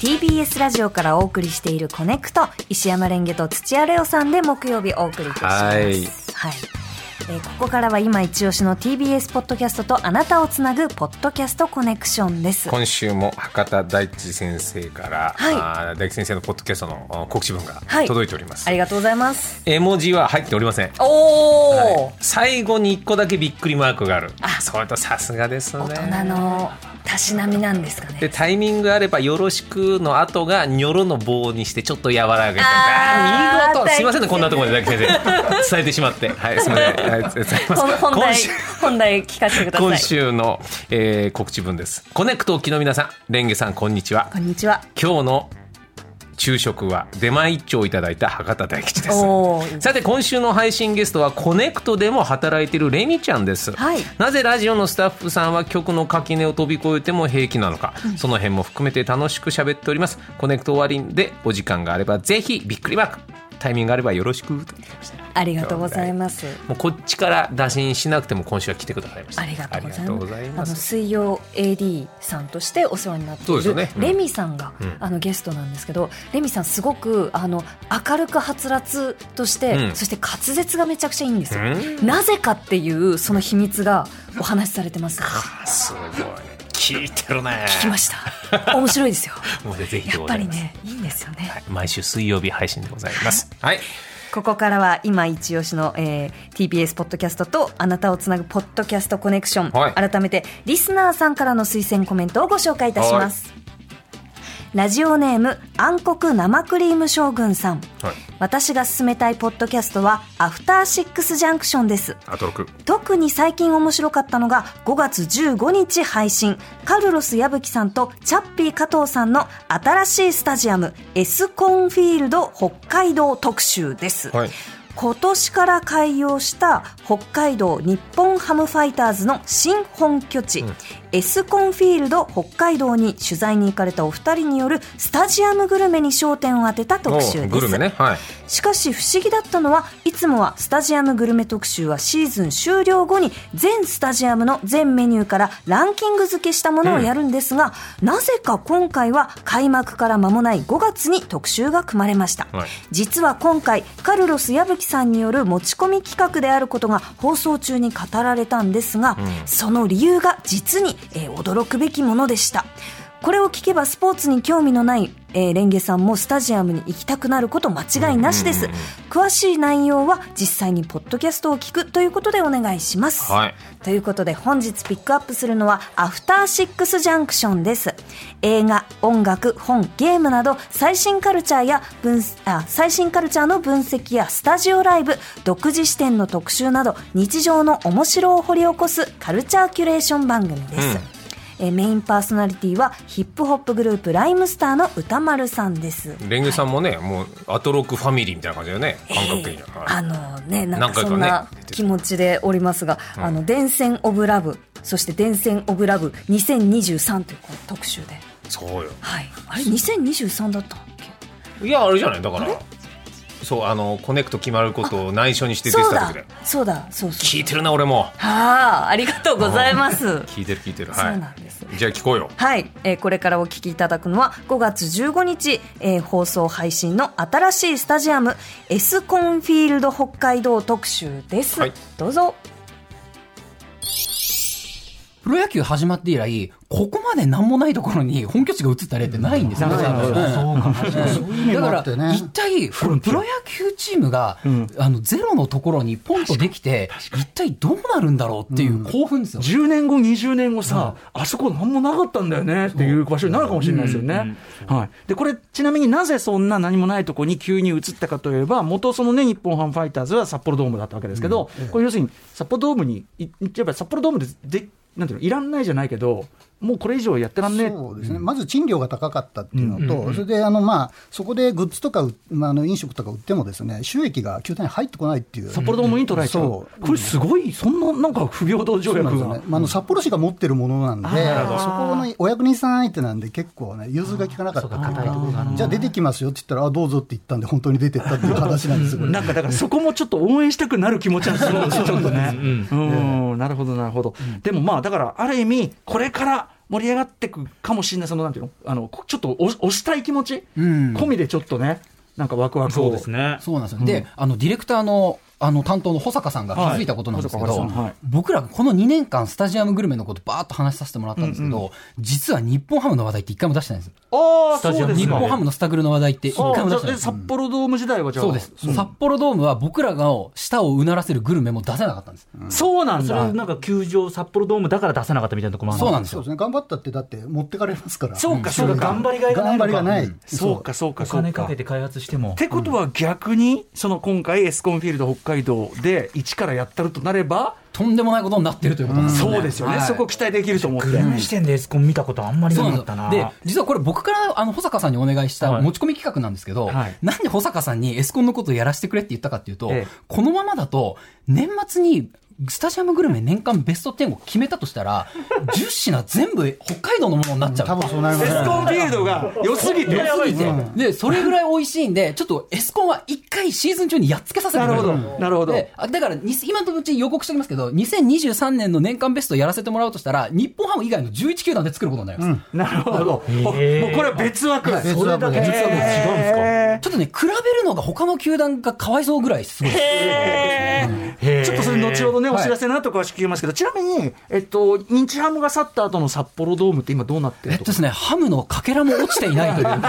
TBS ラジオからお送りしているコネクト石山レンゲと土屋レオさんで木曜日お送りいたしますははいい、えーここからは今一押しの TBS ポッドキャストとあなたをつなぐポッドキャストコネクションです今週も博多大地先生から、はいあー大地先生のポッドキャストのあー告知文がはい届いております、ありがとうございます絵文字は入っておりませんおお、はい最後に一個だけびっくりマークがあるあそれとさすがですね大人のたしなみなんですかねでタイミングあれば「よろしく」の後が「にょろ」の棒にしてちょっと柔らげてあーあー見事大地すいませんねこんなところで大地先生伝えてし まってはいすいませんはい伝えほんます本今題週本題聞かせてくださ今い週の、えー告知文ですコネクト沖の皆さんレンゲさんこんにちはこんにち は今日の昼食は出前一丁いただいた博多大吉ですおーさて今週の配信ゲストはコネクトでも働いてるレミちゃんです、はいなぜラジオのスタッフさんは曲の垣根を飛び越えても平気なのか、その辺も含めて楽しく喋っておりますコネクト終わりでお時間があればぜひびっくりマークタイミングがあればよろしくとありがとうございますもうこっちから打診しなくても今週は来てくださいましたありがとうございあますりがとうございあまのす水曜 AD さんとしてお世話になってそういですよる、ねうんレミさんが、うんあのゲストなんですけどレミさんすごくあの明るくはつらつとして、うんそして滑舌がめちゃくちゃいいんですよ、うなぜかっていうその秘密がお話しされてますすごい聞いてるね聞きました面白いですよもうぜひでやっござぱいりますねいいんですよね、はい毎週水曜日配信でございますはいここからは今一押しの、えー TBS ポッドキャストとあなたをつなぐポッドキャストコネクション、はい改めてリスナーさんからの推薦コメントをご紹介いたします、ラジオネーム暗黒生クリーム将軍さんはい私が進めたいポッドキャストはアフターシックスジャンクションですあと6特に最近面白かったのが5月15日配信カルロス矢吹さんとチャッピー加藤さんの新しいスタジアムエスコンフィールド北海道特集です、はい今年から開業した北海道日本ハムファイターズの新本拠地、エスコンフィールド北海道に取材に行かれたお二人によるスタジアムグルメに焦点を当てた特集ですグルメねはいしかし不思議だったのはいつもはスタジアムグルメ特集はシーズン終了後に全スタジアムの全メニューからランキング付けしたものをやるんですが、なぜか今回は開幕から間もない5月に特集が組まれました、はい実は今回カルロス矢吹さんによる持ち込み企画であることが放送中に語られたんですが、その理由が実に、えー驚くべきものでしたこれを聞けばスポーツに興味のない、えーレンゲさんもスタジアムに行きたくなること間違いなしです、詳しい内容は実際にポッドキャストを聞くということでお願いします、はいということで本日ピックアップするのはアフターシックスジャンクションです映画音楽本ゲームなど最新カルチャーや分あ最新カルチャーの分析やスタジオライブ独自視点の特集など日常の面白を掘り起こすカルチャーキュレーション番組です、うんえーメインパーソナリティはヒップホップグループライムスターの歌丸さんですレンゲさんもね、もうアトロクファミリーみたいな感じだよね感覚的には、あのね、なん何か回かねそんな気持ちでおりますが、あの、伝線オブラブ、そして伝線オブラブ2023というこの特集で。そうよはい。あれ、2023だったっけいやあれじゃないだからそうあのコネクト決まることを内緒にして出そうてただ時で。そうだ、そうそう。聞いてるな俺もはあ、ありがとうございます。聞いてる聞いてる そうはなんいです。じゃあ聞こうよはい、えーこれからお聞きいただくのは5月15日、えー放送配信の新しいスタジアムエスコンフィールド北海道特集です、はいどうぞプロ野球始まって以来、ここまで何もないところに本拠地が移った例ってないんですよね。そうか、そういう意味だもかあらってね。一体これプロ野球チームが、あのゼロのところにポンとできて一体どうなるんだろうっていう興奮ですよ、 10年後、20年後さ、あそこなんもなかったんだよねっていう場所になるかもしれないですよね。はい。で、これ、ちなみになぜそんな何もないとこに急に移ったかといえば、元そのね、日本ハムファイターズは札幌ドームだったわけですけど、これ要するに札幌ドームにい、やっぱり札幌ドームで、で、なんていうの、いらんないじゃないけど、もうこれ以上やってらんねえそうですね、まず賃料が高かったっていうのと、それであの、まあ、そこでグッズとかう、まあ、あの飲食とか売っても、ですね収益が球団に入ってこないっていう、札幌ドームに捉えちゃう。そうこれすごい、そんななんか不平等条そうなんで約すよがね。まあ、あの札幌市が持ってるものなんで、そこのお役人さん相手なんで、結構ね、融通が利かなかったっていうかじゃあ出てきますよって言ったら、あどうぞって言ったんで、本当に出てったっていう話なんですよ、これなんかだからそこもちょっと応援したくなる気持ちはするんですよ、ちょっとね。うん、なるほど、なるほど。でもまあ、だからある意味、これから盛り上がってくかもしれない、そのなんていうの、あのこちょっと押押したい気持ち、うん込みでちょっとね、なんかワクワクをそうですね。そうなんですよ、であのディレクターのあの担当の保坂さんが気づいたことなんですけど、はい保坂さんはい僕らこの2年間、スタジアムグルメのこと、ばーっと話しさせてもらったんですけど、実は日本ハムの話題って一回も出してないんですよ、ああ、スタジそアうでムに日すもね本ハムのスタグルの話題って一あ回も出しーてないんじゃあえです札よ。幌ドーム時代はじゃあ、そうです札幌ドームは僕らが舌をうならせるグルメも出せなかったんです、そうなんそだれ、なんか球場、札幌ドームだから出さなかったみたいなところもあるそうなんですそうよですね、頑張ったって、だって持ってかれますから、そうか、そうか、頑張りがいがないのか。頑張りがないそうか、そうか、おそう金かけって開発しても。てことは逆に、その今回、エスコンフィールド北海道で一からやったるとなれば、とんでもないことになってるということなんですよね、そうですよね、はいそこ期待できると思って。グルメ視点でエスコン見たことあんまりなそうなかんでっすたよな。で実はこれ僕からあの保坂さんにお願いしたはい持ち込み企画なんですけど、はいなんで保坂さんにエスコンのことをやらせてくれって言ったかっていうと、ええこのままだと年末にスタジアムグルメ年間ベスト10を決めたとしたら 10品全部北海道のものになっちゃう多分そうなりまエすスコンね。フィールドが良すぎて、良すぎてでそれぐらい美味しいんでちょっとエスコンは一回シーズン中にやっつけさせてなくれるるほど、なるほど。であだからに今のうちに予告しておきますけど2023年の年間ベストやらせてもらうとしたら日本ハム以外の11球団で作ることになります、なるほど。もうこへーれは別枠。別枠それだけ別枠違うんですかへちょっとね比べるのが他の球団がかわいそうぐらいすごいですーへーちょっとそれ後ほどね、おはい知らせの後詳しく聞きますけど、ちなみに、えっと、日ハムが去った後の札幌ドームって今どうなっえてるっととですね、ハムのかけらも落ちていないという感じ。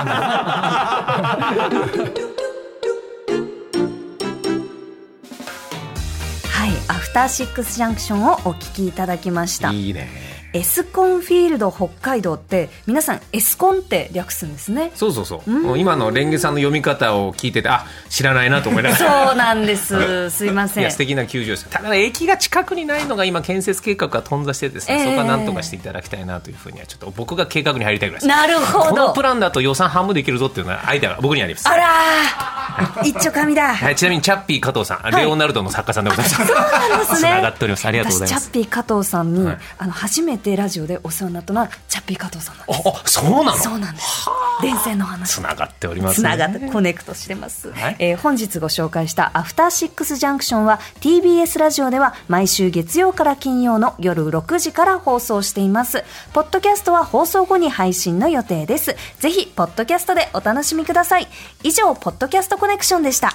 はい、アフターシックスジャンクションをお聞きいただきました。いいね。エスコンフィールド北海道って、皆さんエスコンって略すんですね。そうそうそう。もう今のレンゲさんの読み方を聞いてて、あ、知らないなと思いながそら。うなんです。すいまいせんや素。敵な球場ですただ駅が近くにないのが今建設計画が頓挫してですね、ええそこはなんとかしていただきたいなというふうにはちょっと僕が計画に入りたいぐらいですなるほこのどプ。ランだと予算半分できるぞっていうのはアイデアが僕にありますあらー、一丁紙だ。はい、ちなみにチャッピー加藤さん、あいレオナルドの作家さんでございます。そうそうですね繋がっております。ありがとうござい私まチャすッ。ピー加藤さんに、はいあの初めてラジオでお世話になったのはチャッピー加藤さんなんであ、あそうなす。そのうなんです。連戦の話。繋がっております、つね。ながってコネクトしてます、はいえー本日ご紹介した「アフターシックスジャンクション」は TBS ラジオでは毎週月曜から金曜の夜6時から放送していますポッドキャストは放送後に配信の予定ですぜひポッドキャストでお楽しみください以上「ポッドキャストコネクション」でした